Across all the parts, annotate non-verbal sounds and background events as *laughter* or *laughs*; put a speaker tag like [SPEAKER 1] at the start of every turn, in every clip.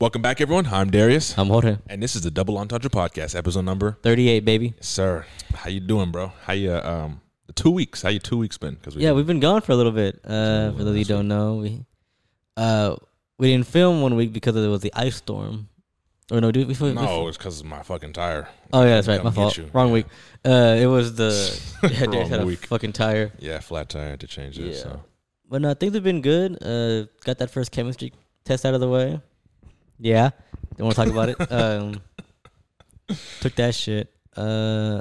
[SPEAKER 1] Welcome back, everyone. I'm Darius,
[SPEAKER 2] I'm Jorge.
[SPEAKER 1] and this is the Double Entendre Podcast, episode number.
[SPEAKER 2] 38, baby.
[SPEAKER 1] Sir, how you doing, bro? How you? Um, the two weeks. How you two weeks been? Because we
[SPEAKER 2] Yeah, we've been gone for a little bit. Uh, for those you don't know, we uh we didn't film one week because there was the ice storm. Or no, dude, we, we,
[SPEAKER 1] no, it's because of my fucking tire.
[SPEAKER 2] Oh yeah, that's right.
[SPEAKER 1] Come
[SPEAKER 2] My
[SPEAKER 1] get
[SPEAKER 2] fault.
[SPEAKER 1] you.
[SPEAKER 2] Wrong week. Uh, it
[SPEAKER 1] *laughs*
[SPEAKER 2] was the *laughs* yeah,
[SPEAKER 1] Wrong
[SPEAKER 2] Darius had a
[SPEAKER 1] week.
[SPEAKER 2] fucking tire.
[SPEAKER 1] Yeah, flat tire. I had to change it.
[SPEAKER 2] Yeah.
[SPEAKER 1] So
[SPEAKER 2] But no, things have been good. Uh, got that first chemistry test out of the way. Yeah, don't want to talk
[SPEAKER 1] *laughs*
[SPEAKER 2] about it. Um, took that shit. Uh,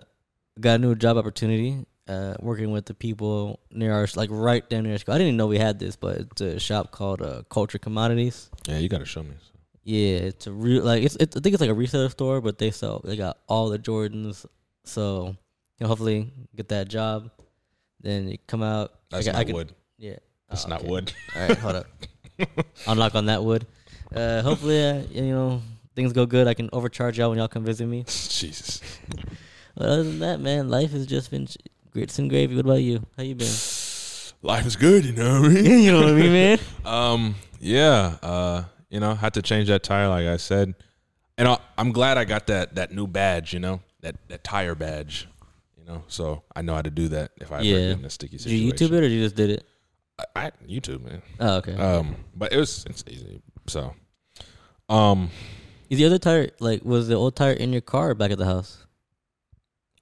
[SPEAKER 2] got a new job opportunity. Uh, working with the people near our like right down near our school. I didn't even know we had this, but it's a shop called uh, Culture Commodities.
[SPEAKER 1] yeah, you got to show me.
[SPEAKER 2] Yeah, it's a real like it's, it's I think it's like a reseller store, but they sell they got all the Jordans. So you know, hopefully get that job. Then you come out. I
[SPEAKER 1] That's
[SPEAKER 2] got- I
[SPEAKER 1] not
[SPEAKER 2] could-
[SPEAKER 1] wood.
[SPEAKER 2] Yeah,
[SPEAKER 1] That's
[SPEAKER 2] Oh,
[SPEAKER 1] not
[SPEAKER 2] okay.
[SPEAKER 1] wood. *laughs*
[SPEAKER 2] All right, hold up. *laughs* I'll knock on that wood. Uh, hopefully, uh, you know things go good. I can overcharge y'all when y'all come visit me.
[SPEAKER 1] Jesus.
[SPEAKER 2] But other than that, man, life has just been sh- grits and gravy. What about you? How you been?
[SPEAKER 1] Life is good, you know what I mean?
[SPEAKER 2] *laughs* you know what I mean, man?
[SPEAKER 1] Um, yeah, uh, you know, had to change that tire, like I said, and I, I'm glad I got that that new badge, you know, that that tire badge, you know, so I know how to do that if I ever
[SPEAKER 2] Yeah.
[SPEAKER 1] get in a sticky
[SPEAKER 2] *laughs* Did
[SPEAKER 1] situation.
[SPEAKER 2] you YouTube it or you just did it?
[SPEAKER 1] I, I YouTube, man.
[SPEAKER 2] Oh, okay.
[SPEAKER 1] Um, but it was it's easy, so. Um,
[SPEAKER 2] Is the other tire like was the old tire in your car or back at the house?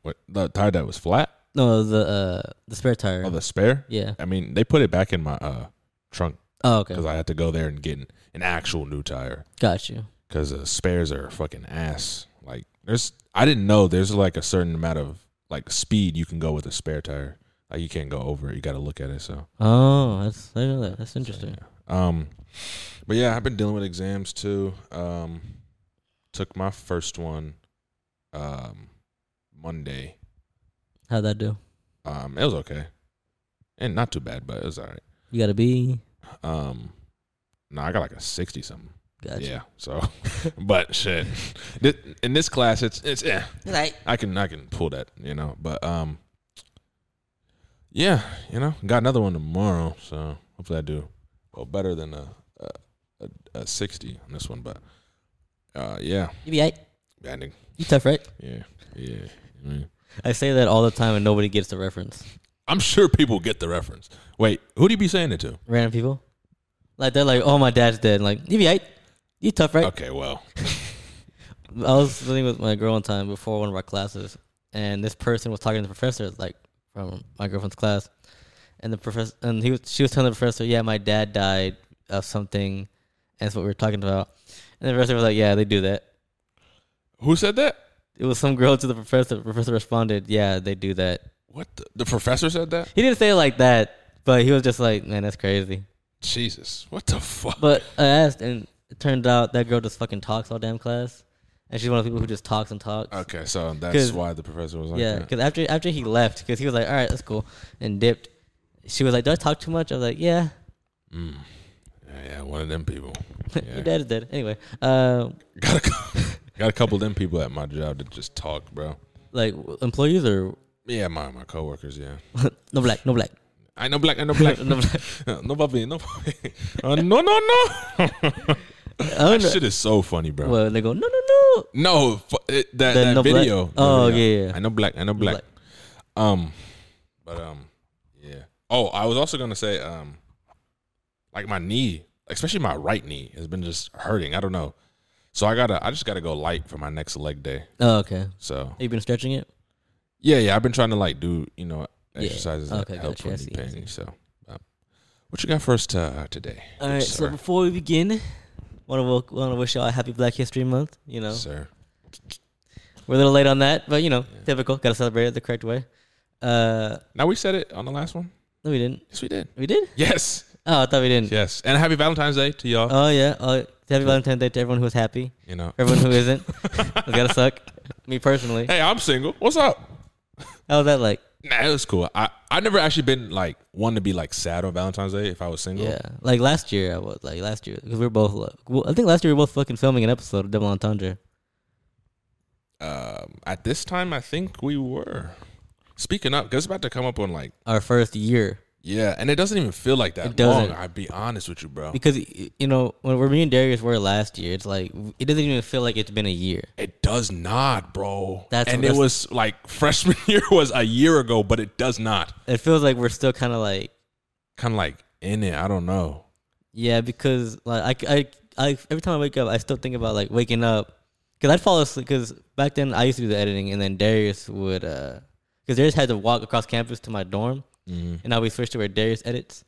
[SPEAKER 1] what the tire that was flat?
[SPEAKER 2] No, the uh the spare tire.
[SPEAKER 1] Oh, the spare.
[SPEAKER 2] yeah.
[SPEAKER 1] I mean, they put it back in my uh trunk
[SPEAKER 2] Oh, okay.
[SPEAKER 1] because I had to go there and get an, an actual new tire.
[SPEAKER 2] Got you.
[SPEAKER 1] because the uh, spares are fucking ass. Like there's, I didn't know there's like a certain amount of like speed you can go with a spare tire. Like you can't go over it. You got to look at it. So
[SPEAKER 2] Oh, that's I didn't know that. That's interesting.
[SPEAKER 1] um, but yeah, I've been dealing with exams too. Um, took my first one, um, Monday.
[SPEAKER 2] How'd that do?
[SPEAKER 1] Um, it was okay, and not too bad, but it was all right.
[SPEAKER 2] You gotta be.
[SPEAKER 1] Um, no, I got like a sixty something.
[SPEAKER 2] Gotcha.
[SPEAKER 1] Yeah. So, *laughs* but shit, Thi- in this class, it's it's eh.
[SPEAKER 2] Like
[SPEAKER 1] I can I can pull that, you know. But um yeah, you know, got another one tomorrow, so hopefully I do well better than a a, a, a 60 on this one, but uh yeah,
[SPEAKER 2] you be aight.
[SPEAKER 1] I think
[SPEAKER 2] You tough, right?
[SPEAKER 1] yeah, yeah. I mean,
[SPEAKER 2] *laughs* I say that all the time and nobody gets the reference.
[SPEAKER 1] I'm sure people get the reference. Wait, who do you be saying it to?
[SPEAKER 2] Random people. Like they're like, oh my dad's dead. Like you be aight. You tough, right?
[SPEAKER 1] Okay, well,
[SPEAKER 2] I was sitting with my girl one time before one of our classes, and this person was talking to the professor, like from my girlfriend's class, and the professor and he was she was telling the professor, yeah, my dad died of something, and that's what we were talking about, and the professor was like, yeah, they do that.
[SPEAKER 1] who said that?
[SPEAKER 2] It was some girl to the professor. The professor responded, yeah, they do that.
[SPEAKER 1] What the, the professor said that?
[SPEAKER 2] He didn't say it like that, but he was just like, man, that's crazy.
[SPEAKER 1] Jesus, what the fuck?
[SPEAKER 2] But I asked, and it turned out that girl just fucking talks all damn class, and she's one of the people who just talks and talks.
[SPEAKER 1] okay, so that's
[SPEAKER 2] 'Cause-
[SPEAKER 1] why the professor was like,
[SPEAKER 2] Yeah,
[SPEAKER 1] that.
[SPEAKER 2] because after after he left, because he was like, "All right, that's cool," and dipped. She was like, "Do I talk too much?" I was like, "Yeah, *laughs*
[SPEAKER 1] Mm. yeah, yeah, one of them people.
[SPEAKER 2] your
[SPEAKER 1] Yeah.
[SPEAKER 2] dad is dead." Anyway, uh,
[SPEAKER 1] Got a, cou- got a couple of them people at my job that just talk, bro.
[SPEAKER 2] like w- employees or
[SPEAKER 1] Yeah, my my coworkers. Yeah,
[SPEAKER 2] no black, no black,
[SPEAKER 1] I know black, I
[SPEAKER 2] *laughs*
[SPEAKER 1] know *laughs* black,
[SPEAKER 2] no black.
[SPEAKER 1] *laughs* no puppy, no puppy. *laughs* Uh, no, no, no.
[SPEAKER 2] Oh, I don't
[SPEAKER 1] That
[SPEAKER 2] know.
[SPEAKER 1] shit is so funny, bro.
[SPEAKER 2] Well, they go, "No, no, no."
[SPEAKER 1] No, fu- it, that
[SPEAKER 2] The
[SPEAKER 1] that
[SPEAKER 2] no black-
[SPEAKER 1] video. the
[SPEAKER 2] Oh,
[SPEAKER 1] video.
[SPEAKER 2] yeah, yeah.
[SPEAKER 1] I know black, I know black.
[SPEAKER 2] Black.
[SPEAKER 1] Um, but um, yeah. Oh, I was also gonna say um, like my knee, especially my right knee, has been just hurting. I don't know. So I gotta, I just gotta go light for my next leg day.
[SPEAKER 2] Oh, okay.
[SPEAKER 1] So
[SPEAKER 2] Have you been stretching it?
[SPEAKER 1] Yeah, yeah. I've been trying to like do you know
[SPEAKER 2] Yeah.
[SPEAKER 1] exercises that
[SPEAKER 2] Okay,
[SPEAKER 1] help
[SPEAKER 2] gotcha. I
[SPEAKER 1] with
[SPEAKER 2] see,
[SPEAKER 1] knee
[SPEAKER 2] I
[SPEAKER 1] pain. So, um, what you got for us to, uh, today?
[SPEAKER 2] All
[SPEAKER 1] good
[SPEAKER 2] right. So
[SPEAKER 1] sir,
[SPEAKER 2] before we begin, want to want to wish y'all a happy Black History Month. You know,
[SPEAKER 1] sir.
[SPEAKER 2] we're a little late on that, but you know, typical. Got to celebrate it the correct way. Uh,
[SPEAKER 1] Now we said it on the last one.
[SPEAKER 2] no, we didn't.
[SPEAKER 1] Yes, we did.
[SPEAKER 2] We did?
[SPEAKER 1] Yes,
[SPEAKER 2] Oh, I thought we didn't.
[SPEAKER 1] yes. And happy Valentine's Day to y'all.
[SPEAKER 2] Oh yeah. Oh, happy Valentine's Day to everyone who was happy.
[SPEAKER 1] you know,
[SPEAKER 2] For everyone who isn't, it's gotta suck. Me personally,
[SPEAKER 1] hey, I'm single. What's up?
[SPEAKER 2] how was that like?
[SPEAKER 1] Nah, it was cool. I I never actually been like one to be like sad on Valentine's Day if I was single.
[SPEAKER 2] Yeah, like last year I was like last year because we were both. like, Well, I think last year we were both fucking filming an episode of Double Entendre.
[SPEAKER 1] Um, at this time, I think we were. Speaking up, because it's about to come up on like
[SPEAKER 2] Our first year.
[SPEAKER 1] Yeah, and it doesn't even feel like that
[SPEAKER 2] It doesn't.
[SPEAKER 1] long. I'd be honest with you, bro.
[SPEAKER 2] because y- you know when we're me and Darius were last year, it's like it doesn't even feel like it's been a year.
[SPEAKER 1] It does not, bro.
[SPEAKER 2] That's-
[SPEAKER 1] and
[SPEAKER 2] that's-
[SPEAKER 1] it was like *laughs* freshman year was a year ago, but it does not.
[SPEAKER 2] It feels like we're still kind of like
[SPEAKER 1] Kind of like in it. I don't know.
[SPEAKER 2] yeah, because like I, I I every time I wake up, I still think about like waking up because I'd fall asleep because back then I used to do the editing and then Darius would uh because Darius had to walk across campus to my dorm and now we switched to where Darius edits,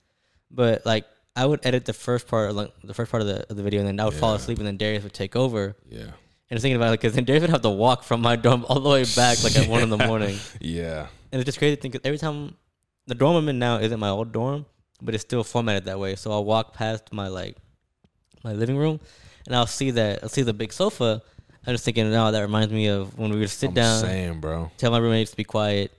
[SPEAKER 2] but like. I would edit the first part, like the first part of the, of the video, and then I would fall
[SPEAKER 1] Yeah.
[SPEAKER 2] asleep, and then Darius woarius would take over.
[SPEAKER 1] Yeah,
[SPEAKER 2] And I was thinking about it because then Darius would have to walk from my dorm all the way back, like at one in the morning.
[SPEAKER 1] yeah.
[SPEAKER 2] And it's just crazy to think 'cause every time the dorm I'm in now isn't my old dorm, but it's still formatted that way. So I'll walk past my like my living room and I'll see that I'll see the big sofa. I'm just thinking, no, that reminds me of when we would sit
[SPEAKER 1] I'm
[SPEAKER 2] down,
[SPEAKER 1] saying, bro.
[SPEAKER 2] tell my roommates to be quiet.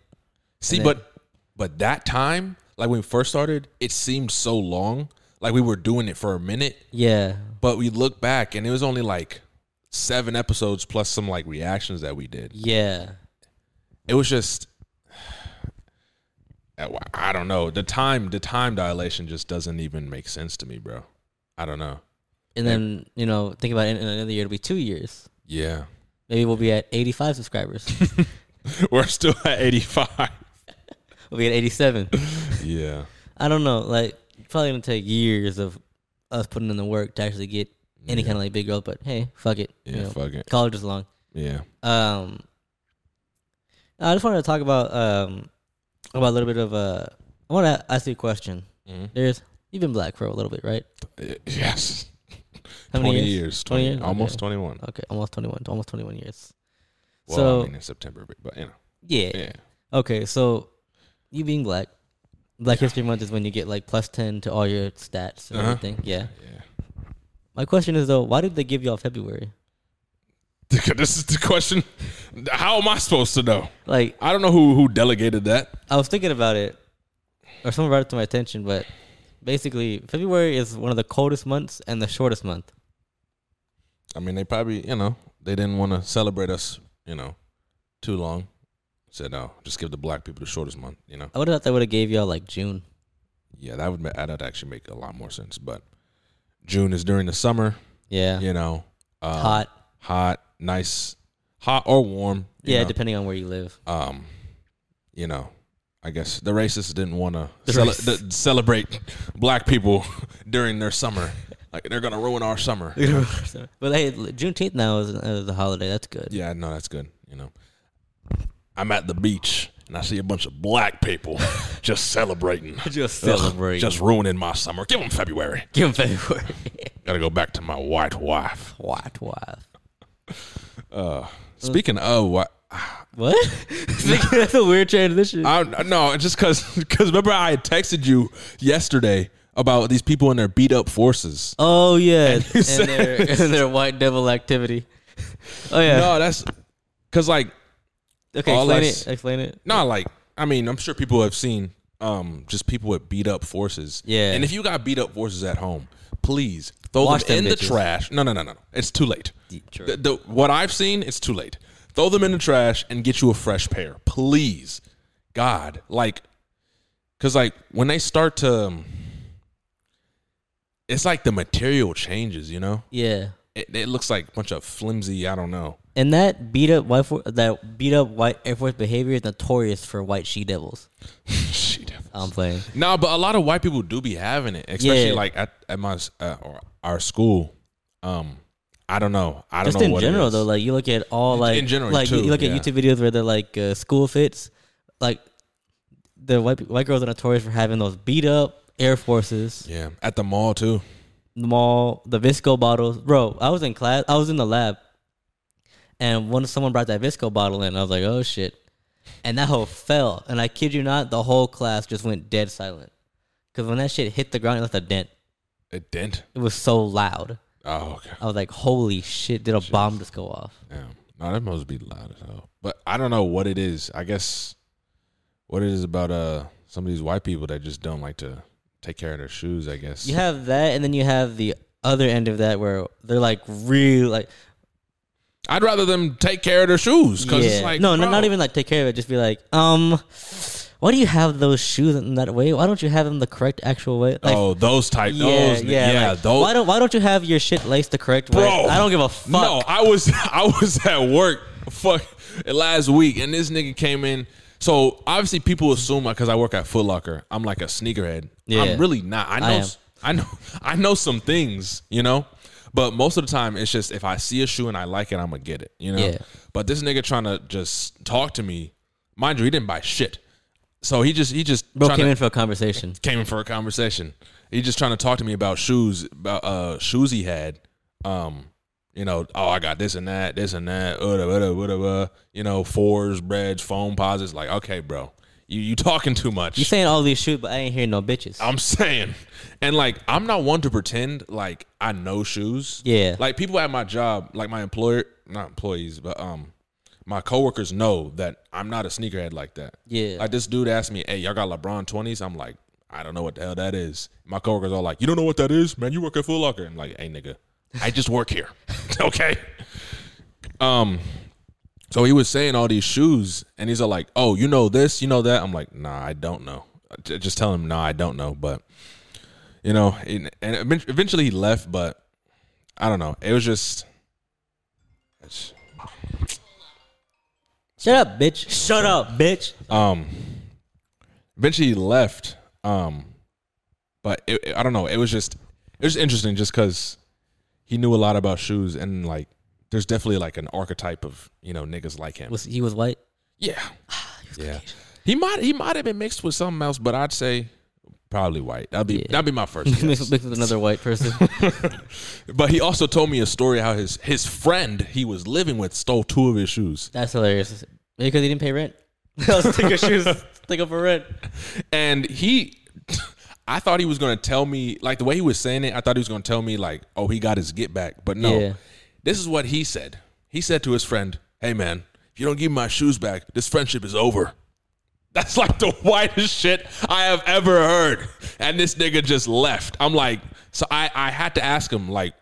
[SPEAKER 1] See,
[SPEAKER 2] then-
[SPEAKER 1] but but that time, like when we first started, it seemed so long. Like we were doing it for a minute,
[SPEAKER 2] Yeah.
[SPEAKER 1] but we look back and it was only like seven episodes plus some like reactions that we did.
[SPEAKER 2] Yeah.
[SPEAKER 1] It was just *sighs* I- I don't know. The time the time dilation just doesn't even make sense to me, bro. I don't know.
[SPEAKER 2] And then, you know, think about it in another year, it'll be two years.
[SPEAKER 1] Yeah.
[SPEAKER 2] Maybe we'll be at 85 subscribers.
[SPEAKER 1] *laughs* We're still at 85.
[SPEAKER 2] we'll be at 87.
[SPEAKER 1] yeah.
[SPEAKER 2] I don't know. Like, probably gonna take years of us putting in the work to actually get any kind of like big growth. But hey, fuck it.
[SPEAKER 1] Yeah,
[SPEAKER 2] you know,
[SPEAKER 1] fuck it.
[SPEAKER 2] college is long.
[SPEAKER 1] Yeah.
[SPEAKER 2] Um, I just wanted to talk about um about a little bit of uh. I want to ask you a question. There's you've been black for a little bit, right?
[SPEAKER 1] *laughs* Yes.
[SPEAKER 2] How
[SPEAKER 1] 20
[SPEAKER 2] many
[SPEAKER 1] years.
[SPEAKER 2] years?
[SPEAKER 1] 20,
[SPEAKER 2] 20 years?
[SPEAKER 1] Almost
[SPEAKER 2] Okay.
[SPEAKER 1] 21.
[SPEAKER 2] Okay, almost twenty one, almost twenty one years.
[SPEAKER 1] Well,
[SPEAKER 2] so
[SPEAKER 1] I mean, in September, but, but you know.
[SPEAKER 2] yeah.
[SPEAKER 1] Yeah.
[SPEAKER 2] Okay, so you being black, Black History Month is when you get like plus ten to all your stats and
[SPEAKER 1] Uh-huh.
[SPEAKER 2] everything. Yeah.
[SPEAKER 1] Yeah.
[SPEAKER 2] My question is though, why did they give y'all February?
[SPEAKER 1] *laughs* This is the question. How am I supposed to know?
[SPEAKER 2] Like
[SPEAKER 1] I don't know who who delegated that.
[SPEAKER 2] I was thinking about it, or someone brought it to my attention, but basically, February is one of the coldest months and the shortest month.
[SPEAKER 1] I mean, they probably you know they didn't want to celebrate us you know too long. Said no, just give the black people the shortest month. You know,
[SPEAKER 2] I would have thought they would have gave y'all like June.
[SPEAKER 1] yeah, that would ma- that'd actually make a lot more sense. But June is during the summer.
[SPEAKER 2] Yeah.
[SPEAKER 1] You know, um,
[SPEAKER 2] Hot.
[SPEAKER 1] hot, nice, hot or warm. you
[SPEAKER 2] Yeah,
[SPEAKER 1] know.
[SPEAKER 2] depending on where you live. *laughs*
[SPEAKER 1] um, you know, I guess the racists didn't want to
[SPEAKER 2] The
[SPEAKER 1] cele-
[SPEAKER 2] racists.
[SPEAKER 1] th- celebrate black people *laughs* during their summer. Like they're gonna ruin our summer.
[SPEAKER 2] but hey, Juneteenth now is, uh, is a holiday. That's good.
[SPEAKER 1] Yeah, no, that's good. You know, I'm at the beach and I see a bunch of black people just celebrating,
[SPEAKER 2] Just
[SPEAKER 1] Ugh,
[SPEAKER 2] celebrate.
[SPEAKER 1] just ruining my summer. Give them February.
[SPEAKER 2] give 'em February.
[SPEAKER 1] Gotta go back to my white wife.
[SPEAKER 2] what? What?
[SPEAKER 1] Uh, speaking of what.
[SPEAKER 2] What? That's a weird transition.
[SPEAKER 1] I, no, it's just because remember I had texted you yesterday about these people in their beat up forces.
[SPEAKER 2] *laughs* oh yeah, and,
[SPEAKER 1] said-
[SPEAKER 2] their, and their white devil activity. Oh yeah.
[SPEAKER 1] No, that's because like
[SPEAKER 2] okay,
[SPEAKER 1] all
[SPEAKER 2] explain
[SPEAKER 1] I
[SPEAKER 2] it.
[SPEAKER 1] s-
[SPEAKER 2] Explain it.
[SPEAKER 1] no, like I mean, I'm sure people have seen um just people with beat up forces.
[SPEAKER 2] Yeah.
[SPEAKER 1] And if you got beat up forces at home, please throw
[SPEAKER 2] Wash
[SPEAKER 1] them
[SPEAKER 2] them
[SPEAKER 1] in the
[SPEAKER 2] bitches.
[SPEAKER 1] trash. No, no, no, no. It's too late.
[SPEAKER 2] true.
[SPEAKER 1] The- the- what I've seen, it's too late. Throw them in the trash and get you a fresh pair, please. God, like, cause like when they start to, um, it's like the material changes. You know,
[SPEAKER 2] Yeah.
[SPEAKER 1] it, it looks like a bunch of flimsy. I don't know. *laughs*
[SPEAKER 2] And that beat up white for, that beat up white Air Force behavior is notorious for white she devils.
[SPEAKER 1] Shit.
[SPEAKER 2] I'm playing.
[SPEAKER 1] No, but a lot of white people do be having it, especially
[SPEAKER 2] Yeah.
[SPEAKER 1] like at, at my s- uh, or our school. Um, I don't know. I don't
[SPEAKER 2] Just
[SPEAKER 1] know.
[SPEAKER 2] in
[SPEAKER 1] what it
[SPEAKER 2] general,
[SPEAKER 1] is.
[SPEAKER 2] though, like you look at all like
[SPEAKER 1] in general,
[SPEAKER 2] like you-
[SPEAKER 1] too,
[SPEAKER 2] you look at
[SPEAKER 1] yeah.
[SPEAKER 2] YouTube videos where they're like uh, school fits, like the white pe- white girls are notorious for having those beat up Air Forces,
[SPEAKER 1] yeah, at the mall too.
[SPEAKER 2] the mall, the Visco bottles. Bro, I was in class, I was in the lab, and when someone brought that Visco bottle in, I was like, oh shit, and that whole fell, and I kid you not, the whole class just went dead silent, because when that shit hit the ground, it left a dent.
[SPEAKER 1] A dent.
[SPEAKER 2] It was so loud.
[SPEAKER 1] Oh, okay.
[SPEAKER 2] I was like, holy shit, did a bomb just go off?
[SPEAKER 1] Damn. No, that must be loud as hell. But I don't know what it is. I guess what it is about uh some of these white people that just don't like to take care of their shoes. I guess.
[SPEAKER 2] You have that, and then you have the other end of that where they're like real, like
[SPEAKER 1] I'd rather them take care of their shoes because
[SPEAKER 2] yeah,
[SPEAKER 1] it's like
[SPEAKER 2] no, no,
[SPEAKER 1] bro,
[SPEAKER 2] not even like take care of it. Just be like, um, Why do you have those shoes in that way? Why don't you have them the correct actual way? Like,
[SPEAKER 1] oh, those type.
[SPEAKER 2] yeah,
[SPEAKER 1] those,
[SPEAKER 2] yeah,
[SPEAKER 1] yeah,
[SPEAKER 2] like,
[SPEAKER 1] those.
[SPEAKER 2] Why don't Why don't you have your shit laced the correct way?
[SPEAKER 1] Bro,
[SPEAKER 2] I don't give a fuck.
[SPEAKER 1] No, I was *laughs* I was at work fuck last week, and this nigga came in. So obviously, people assume because I work at Foot Locker, I'm like a sneakerhead.
[SPEAKER 2] Yeah.
[SPEAKER 1] I'm really not. I know.
[SPEAKER 2] am.
[SPEAKER 1] s- I know. *laughs* I know some things, you know. But most of the time, it's just if I see a shoe and I like it, I'm gonna get it, you know.
[SPEAKER 2] Yeah.
[SPEAKER 1] But this nigga trying to just talk to me, mind you, he didn't buy shit. So he just he just
[SPEAKER 2] Bro
[SPEAKER 1] tryna-
[SPEAKER 2] came in for a conversation.
[SPEAKER 1] came in for a conversation. He just trying to talk to me about shoes, about uh shoes he had. Um, you know, oh I got this and that, this and that, uh, da, da, da, da, da, you know, fours, breads, foam posits. Like, okay, bro, you you talking too much.
[SPEAKER 2] You saying all these shoes, but I ain't hearing no bitches.
[SPEAKER 1] I'm saying, and like I'm not one to pretend like I know shoes.
[SPEAKER 2] Yeah.
[SPEAKER 1] like people at my job, like my employer, not employees, but um, my coworkers know that I'm not a sneakerhead like that.
[SPEAKER 2] Yeah.
[SPEAKER 1] like this dude asked me, "Hey, y'all got LeBron 20s?" I'm like, I don't know what the hell that is. My coworkers are like, "You don't know what that is, man? You work at Foot Locker?" I'm like, "Hey, nigga, I just work here, *laughs* okay?" Um, so he was saying all these shoes, and he's all like, "Oh, you know this, you know that." I'm like, "Nah, I don't know." J- Just tell him, "Nah, I don't know." But you know, and and event- eventually he left, but I don't know. It was just. it's-
[SPEAKER 2] Shut up, bitch. Shut up, bitch.
[SPEAKER 1] um eventually he left um but it, it- i don't know it was just it was interesting just because he knew a lot about shoes and like there's definitely like an archetype of you know niggas like him
[SPEAKER 2] Was he was white?
[SPEAKER 1] yeah yeah he might he might have been mixed with something else but i'd say probably white that'd be that'd be my first
[SPEAKER 2] *laughs*
[SPEAKER 1] guess.
[SPEAKER 2] Mixed *laughs* with another
[SPEAKER 1] *laughs*
[SPEAKER 2] white person.
[SPEAKER 1] but he also told me a story how his his friend he was living with stole two of his shoes
[SPEAKER 2] That's hilarious. Maybe because he didn't pay rent. *laughs*
[SPEAKER 1] *laughs*
[SPEAKER 2] Let's take your shoes. Take up for rent.
[SPEAKER 1] And he, *laughs* I thought he was going to tell me, like the way he was saying it, I thought he was going to tell me, like, oh, he got his get back. But no,
[SPEAKER 2] Yeah.
[SPEAKER 1] this is what he said. He said to his friend, hey, man, if you don't give me my shoes back, this friendship is over. *laughs* That's like the whitest shit I have ever heard. And this nigga just left. I'm like, so I, I had to ask him, like,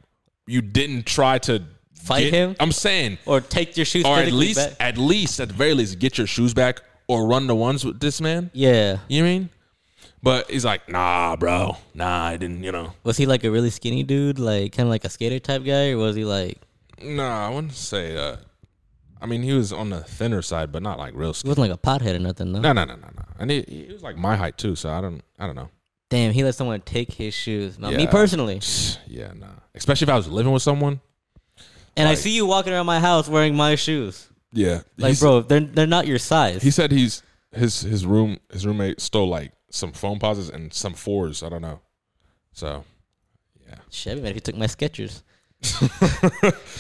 [SPEAKER 1] you didn't try to
[SPEAKER 2] Fight
[SPEAKER 1] get-
[SPEAKER 2] him?
[SPEAKER 1] I'm saying,
[SPEAKER 2] Or take your shoes.
[SPEAKER 1] or at
[SPEAKER 2] physically
[SPEAKER 1] least,
[SPEAKER 2] back.
[SPEAKER 1] at least, at the very least, get your shoes back or run the ones with this man.
[SPEAKER 2] Yeah.
[SPEAKER 1] You mean? But he's like, nah, bro, nah, I didn't, you know.
[SPEAKER 2] Was he like a really skinny dude, like kind of like a skater type guy, or was he like
[SPEAKER 1] Nah, I wouldn't say that. I mean, he was on the thinner side, but not like real
[SPEAKER 2] he
[SPEAKER 1] skinny.
[SPEAKER 2] wasn't like a pothead or nothing? No.
[SPEAKER 1] No, no, no, no, no. And he, he was like my height too, so I don't, I *sighs* don't know.
[SPEAKER 2] Damn, he let someone take his shoes. Not me
[SPEAKER 1] Yeah.
[SPEAKER 2] personally.
[SPEAKER 1] Yeah, nah. Especially if I was living with someone.
[SPEAKER 2] And I see you walking around my house wearing my shoes.
[SPEAKER 1] Yeah,
[SPEAKER 2] Like, bro, they're they're not your size.
[SPEAKER 1] He said he's his his room his roommate stole like some phone pauses and some fours. I don't know. So
[SPEAKER 2] Chevy man, he took my Skechers.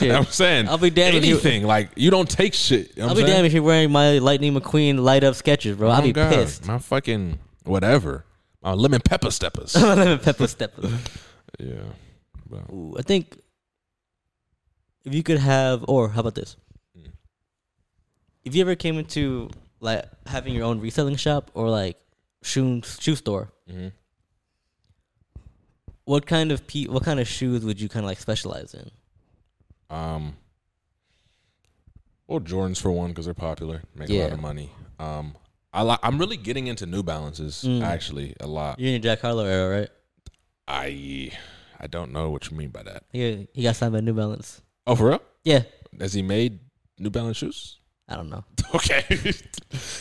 [SPEAKER 1] yeah. *laughs* I'm saying
[SPEAKER 2] I'll be damned if you-
[SPEAKER 1] anything like you don't take shit.
[SPEAKER 2] I'll be damned if you're wearing my Lightning McQueen light up Skechers, bro. I'll be pissed.
[SPEAKER 1] Oh,
[SPEAKER 2] *laughs*
[SPEAKER 1] My fucking whatever. My lemon pepper
[SPEAKER 2] *laughs*
[SPEAKER 1] steppers.
[SPEAKER 2] Pepper step.
[SPEAKER 1] Yeah. Well,
[SPEAKER 2] Ooh, I think if you could have, or how about this? If you ever came into like having your own reselling shop or like shoe shoe store,
[SPEAKER 1] mm-hmm.
[SPEAKER 2] what kind of pe- what kind of shoes would you kind of like specialize in?
[SPEAKER 1] um, well, Jordans for one because they're popular, make a lot
[SPEAKER 2] Yeah.
[SPEAKER 1] of money. Um, I li- I'm really getting into New Balances
[SPEAKER 2] Mm.
[SPEAKER 1] actually a lot.
[SPEAKER 2] You're in your Jack Harlow era, right?
[SPEAKER 1] I I don't know what you mean by that.
[SPEAKER 2] Yeah, he got signed by New Balance.
[SPEAKER 1] Oh, for real?
[SPEAKER 2] Yeah,
[SPEAKER 1] Has he made New Balance shoes?
[SPEAKER 2] I don't know.
[SPEAKER 1] *laughs* Okay,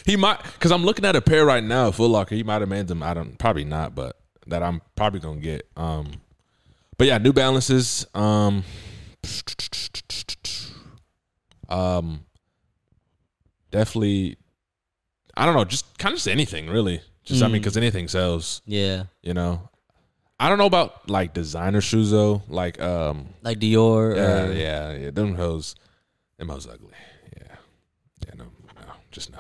[SPEAKER 1] he might because I'm looking at a pair right now. at Foot Locker. He might have made them. I don't. Probably not, but that I'm probably gonna get. Um, but yeah, New Balances. Um, um, definitely. I don't know. Just kind of just anything really. Just I mean, because anything sells.
[SPEAKER 2] Yeah,
[SPEAKER 1] You know. I don't know about like designer shoes though. Like um,
[SPEAKER 2] like Dior.
[SPEAKER 1] yeah,
[SPEAKER 2] or,
[SPEAKER 1] yeah, yeah. Them hoes, them hoes ugly. Yeah, yeah. No, no, just no.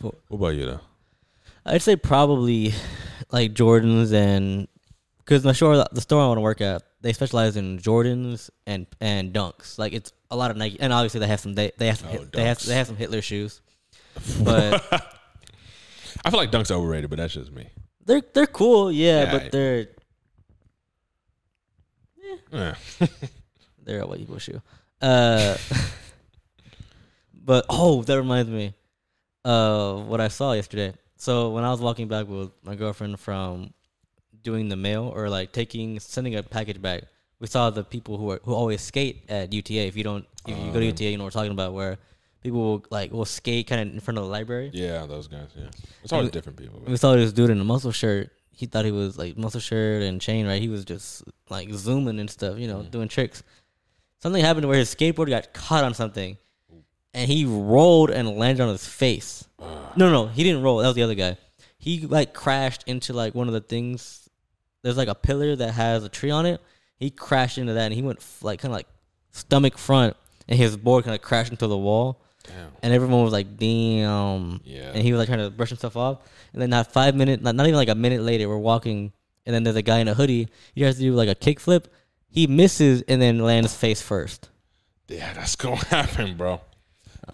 [SPEAKER 2] What-
[SPEAKER 1] What, about you though?
[SPEAKER 2] I'd say probably like Jordans and because the store the store I want to work at they specialize in Jordans and and Dunks. Like it's a lot of Nike and obviously they have some they they have some,
[SPEAKER 1] Oh,
[SPEAKER 2] hit- they have
[SPEAKER 1] Dunks.
[SPEAKER 2] they have some
[SPEAKER 1] *laughs*
[SPEAKER 2] Hitler shoes, but
[SPEAKER 1] I feel like Dunk's overrated, but that's just me.
[SPEAKER 2] they're they're cool. Yeah,
[SPEAKER 1] Yeah,
[SPEAKER 2] but
[SPEAKER 1] I-
[SPEAKER 2] they're
[SPEAKER 1] Yeah.
[SPEAKER 2] they're a white people shoe. Uh, *laughs* but oh, that reminds me. Uh, what I saw yesterday. So when I was walking back with my girlfriend from doing the mail or like taking sending a package back, we saw the people who are who always skate at UTA. If you don't, if you go to UTA, you know what we're talking about, where people will like will skate kind of in front of the library.
[SPEAKER 1] Yeah, those guys. Yeah, it's always different people.
[SPEAKER 2] We saw this dude in a muscle shirt. He thought he was like muscle shirt and chain, right? He was just like zooming and stuff, you know, doing tricks. Something happened where his skateboard got caught on something and he rolled and landed on his face. No, no, he didn't roll. That was the other guy. He like crashed into like one of the things. There's like a pillar that has a tree on it. He crashed into that and he went f- like kind of like stomach front and his board kind of crashed into the wall.
[SPEAKER 1] Damn.
[SPEAKER 2] And everyone was like, damn.
[SPEAKER 1] Yeah.
[SPEAKER 2] And he was like trying to brush himself off. And then not five minutes, not, not even like a minute later, we're walking. And then there's a guy in a hoodie. He tries to do like a kickflip. He misses and then lands face first.
[SPEAKER 1] Yeah, that's *laughs* gonna happen, bro.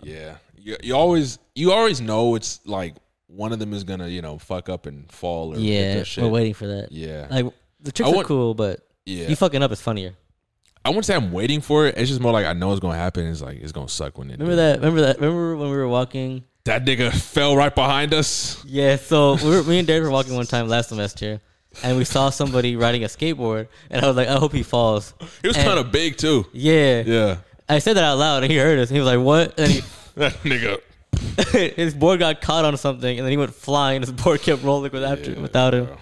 [SPEAKER 1] yeah, you, you always you always know it's like one of them is gonna you know fuck up and fall or hit their
[SPEAKER 2] Yeah.
[SPEAKER 1] shit.
[SPEAKER 2] We're waiting for that.
[SPEAKER 1] Yeah,
[SPEAKER 2] Like, the tricks
[SPEAKER 1] I
[SPEAKER 2] are
[SPEAKER 1] want-
[SPEAKER 2] cool, but
[SPEAKER 1] yeah.
[SPEAKER 2] you fucking up is funnier.
[SPEAKER 1] I wouldn't say I'm waiting for it. It's just more like I know it's gonna happen. It's like it's gonna suck when it.
[SPEAKER 2] Remember that? Remember that? Remember when we were walking?
[SPEAKER 1] that nigga fell right behind us.
[SPEAKER 2] Yeah, so we were, me and Derek were walking one time last semester, and we saw somebody riding a skateboard, and I was like, I hope he falls.
[SPEAKER 1] He was
[SPEAKER 2] And-
[SPEAKER 1] kind of big too.
[SPEAKER 2] Yeah.
[SPEAKER 1] Yeah,
[SPEAKER 2] I said that out loud, and he heard us. And he was like, "What?" And he,
[SPEAKER 1] that nigga.
[SPEAKER 2] *laughs* his board got caught on something, and then he went flying. and His board kept rolling with after,
[SPEAKER 1] Yeah,
[SPEAKER 2] without him.
[SPEAKER 1] bro.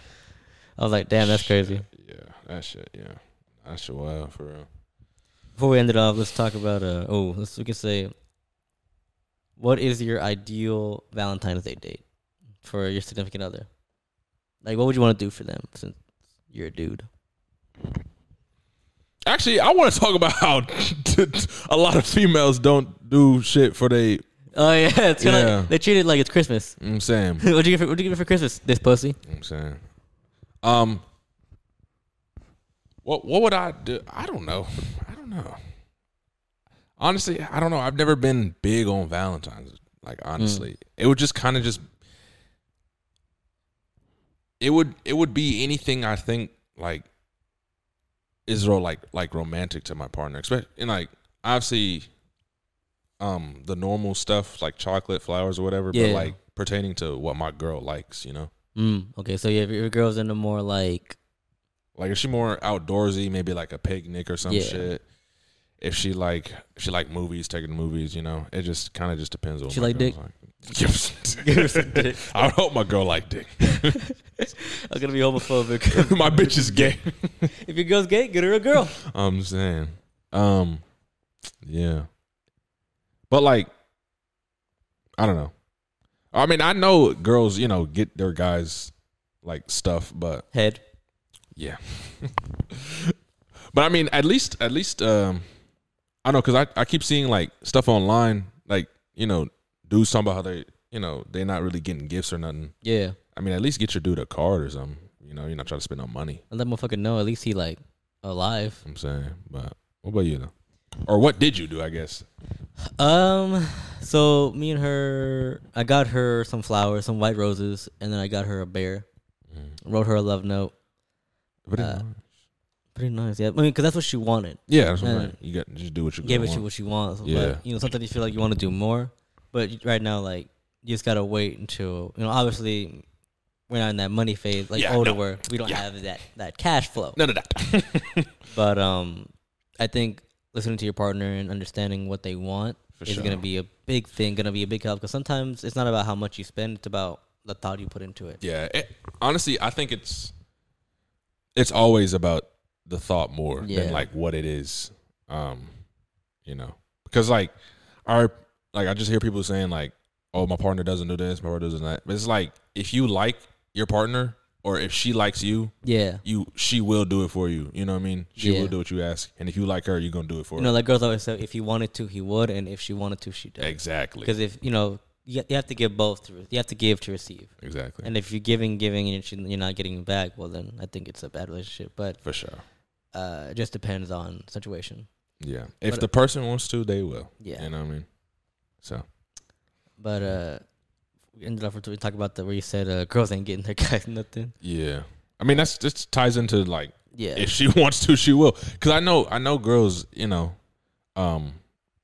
[SPEAKER 2] I was like, "Damn, that's crazy."
[SPEAKER 1] Yeah, that shit. Yeah, that shit wild for real.
[SPEAKER 2] Before we end it off, let's talk about uh oh, let's we can say, what is your ideal Valentine's Day date for your significant other? Like, what would you want to do for them since you're a dude?
[SPEAKER 1] Actually, I want to talk about how *laughs* a lot of females don't do shit for they.
[SPEAKER 2] Oh yeah, *laughs* it's kinda
[SPEAKER 1] Yeah.
[SPEAKER 2] they treat it like it's Christmas. *laughs*
[SPEAKER 1] You know what I'm saying.
[SPEAKER 2] what'd you give? For, what'd you give it for Christmas? This pussy.
[SPEAKER 1] You know what I'm saying. Um what what would I do? I don't know. I don't know. Honestly, I don't know. I've never been big on Valentine's. Like honestly. It would just kind of just it would it would be anything I think like is ro- like like romantic to my partner. Especially and like obviously um the normal stuff like chocolate, flowers or whatever,
[SPEAKER 2] Yeah.
[SPEAKER 1] but like pertaining to what my girl likes, you know?
[SPEAKER 2] Mm, okay, so yeah, if your girl's into more *laughs* like
[SPEAKER 1] Like if she more outdoorsy, maybe like a picnic or some
[SPEAKER 2] Yeah.
[SPEAKER 1] shit. If she like if she like movies, taking movies, you know, it just kind of just depends on.
[SPEAKER 2] She
[SPEAKER 1] my
[SPEAKER 2] like
[SPEAKER 1] girl's Like.
[SPEAKER 2] *laughs* Give her some dick.
[SPEAKER 1] *laughs* I would hope my girl like dick. *laughs*
[SPEAKER 2] I'm gonna be *laughs* homophobic.
[SPEAKER 1] my bitch is gay. *laughs*
[SPEAKER 2] *laughs* if your girl's gay, get her a girl.
[SPEAKER 1] I'm saying, um, yeah, but like, I don't know. I mean, I know girls, you know, get their guys like stuff, but
[SPEAKER 2] *laughs* Head.
[SPEAKER 1] Yeah. *laughs* but I mean, at least, at least, um, I know because I, I keep seeing like stuff online, like, you know, dudes talking about how they, you know, they're not really getting gifts or nothing.
[SPEAKER 2] Yeah.
[SPEAKER 1] I mean, at least get your dude a card or something. You know, you're not trying to spend no money.
[SPEAKER 2] Let that motherfucker know. At least he like alive.
[SPEAKER 1] I'm saying, but what about you though? Or what did you do? I guess.
[SPEAKER 2] Um. So me and her, I got her some flowers, some white roses, and then I got her a bear. Wrote her a love note.
[SPEAKER 1] But it-
[SPEAKER 2] Mm. Uh, Pretty nice. Yeah. I mean, because that's what she wanted.
[SPEAKER 1] yeah, that's what I'm
[SPEAKER 2] uh,
[SPEAKER 1] saying. You got just do what you
[SPEAKER 2] Give
[SPEAKER 1] gonna
[SPEAKER 2] it to
[SPEAKER 1] want.
[SPEAKER 2] what she wants.
[SPEAKER 1] Yeah.
[SPEAKER 2] But you know, sometimes you feel like you want to do more, but you- right now, like you just gotta wait until you know. Obviously, we're not in that money phase, like
[SPEAKER 1] Yeah,
[SPEAKER 2] older,
[SPEAKER 1] no.
[SPEAKER 2] where we don't
[SPEAKER 1] Yeah.
[SPEAKER 2] have that that cash flow.
[SPEAKER 1] None of *laughs* that.
[SPEAKER 2] But um, I think listening to your partner and understanding what they want
[SPEAKER 1] For
[SPEAKER 2] *laughs* is
[SPEAKER 1] sure.
[SPEAKER 2] going to be a big thing, going to be a big help. Because sometimes it's not about how much you spend; it's about the thought you put into it.
[SPEAKER 1] yeah. It, honestly, I think it's it's always about the thought more
[SPEAKER 2] Yeah.
[SPEAKER 1] than like what it is. Um, you know, because like our like I just hear people saying like, "Oh, my partner doesn't do this, my partner doesn't that." But it's like if you like your partner or if she likes you,
[SPEAKER 2] Yeah,
[SPEAKER 1] you she will do it for you. You know what I mean? She
[SPEAKER 2] Yeah.
[SPEAKER 1] will do what you ask, and if you like her, you're gonna do it for
[SPEAKER 2] you know,
[SPEAKER 1] her.
[SPEAKER 2] like girls always say, if he wanted to, he would, and if she wanted to, she does.
[SPEAKER 1] Exactly.
[SPEAKER 2] Because if you know, you, you have to give both. To re- you have to give to receive.
[SPEAKER 1] Exactly.
[SPEAKER 2] And if you're giving, giving, and you're you're not getting back, well, then I think it's a bad relationship. But
[SPEAKER 1] for sure.
[SPEAKER 2] uh, it just depends on situation.
[SPEAKER 1] Yeah. If
[SPEAKER 2] But-
[SPEAKER 1] the person wants to, they will.
[SPEAKER 2] Yeah.
[SPEAKER 1] You know what I mean? So
[SPEAKER 2] But uh, we ended up we talk about the where you said uh, girls ain't getting their *laughs* guys nothing.
[SPEAKER 1] yeah. I mean that's this ties into like
[SPEAKER 2] Yeah.
[SPEAKER 1] *laughs* if she wants to, she will. Because I know, I know, girls, you know, um,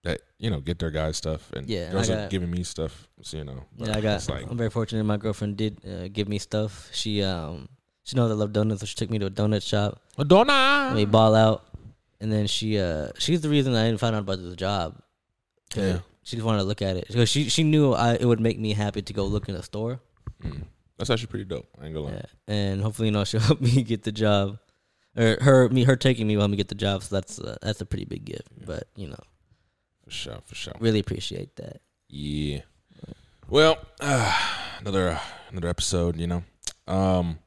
[SPEAKER 1] that you know get their guys stuff, and
[SPEAKER 2] Yeah,
[SPEAKER 1] girls
[SPEAKER 2] I
[SPEAKER 1] are
[SPEAKER 2] got-
[SPEAKER 1] giving me stuff. So, you know,
[SPEAKER 2] Yeah, I got.
[SPEAKER 1] It's
[SPEAKER 2] *laughs*
[SPEAKER 1] like
[SPEAKER 2] I'm very fortunate. My girlfriend did uh, give me stuff. She um she knows I love donuts, so she took me to a donut shop. Let me
[SPEAKER 1] Madonna.
[SPEAKER 2] ball out, and then she uh she's the reason I didn't find out about the job. 'Cause
[SPEAKER 1] Yeah.
[SPEAKER 2] she just wanted to look at it because she she knew I it would make me happy to go look in a store.
[SPEAKER 1] Mm. That's actually pretty dope. I ain't gonna lie.
[SPEAKER 2] Yeah, and hopefully, you know, *laughs* she'll help me get the job, or her me her taking me will help me get the job. So that's uh, that's a pretty big gift. But you know,
[SPEAKER 1] For sure, for sure.
[SPEAKER 2] really appreciate that.
[SPEAKER 1] Yeah. Well, *sighs* another another episode, you know. Um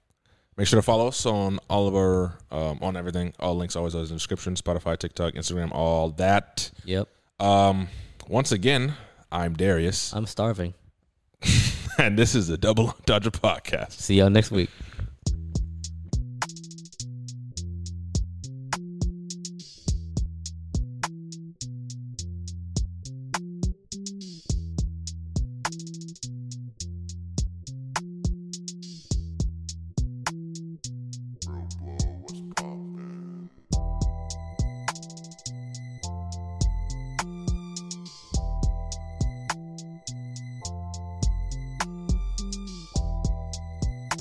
[SPEAKER 1] make sure to follow us on all of our um on everything. All links always always in the description, Spotify, TikTok, Instagram, all that.
[SPEAKER 2] Yep,
[SPEAKER 1] Um once again, I'm Darius
[SPEAKER 2] *laughs* I'm starving.
[SPEAKER 1] and this is the Double *laughs* Dodger podcast.
[SPEAKER 2] See y'all next week.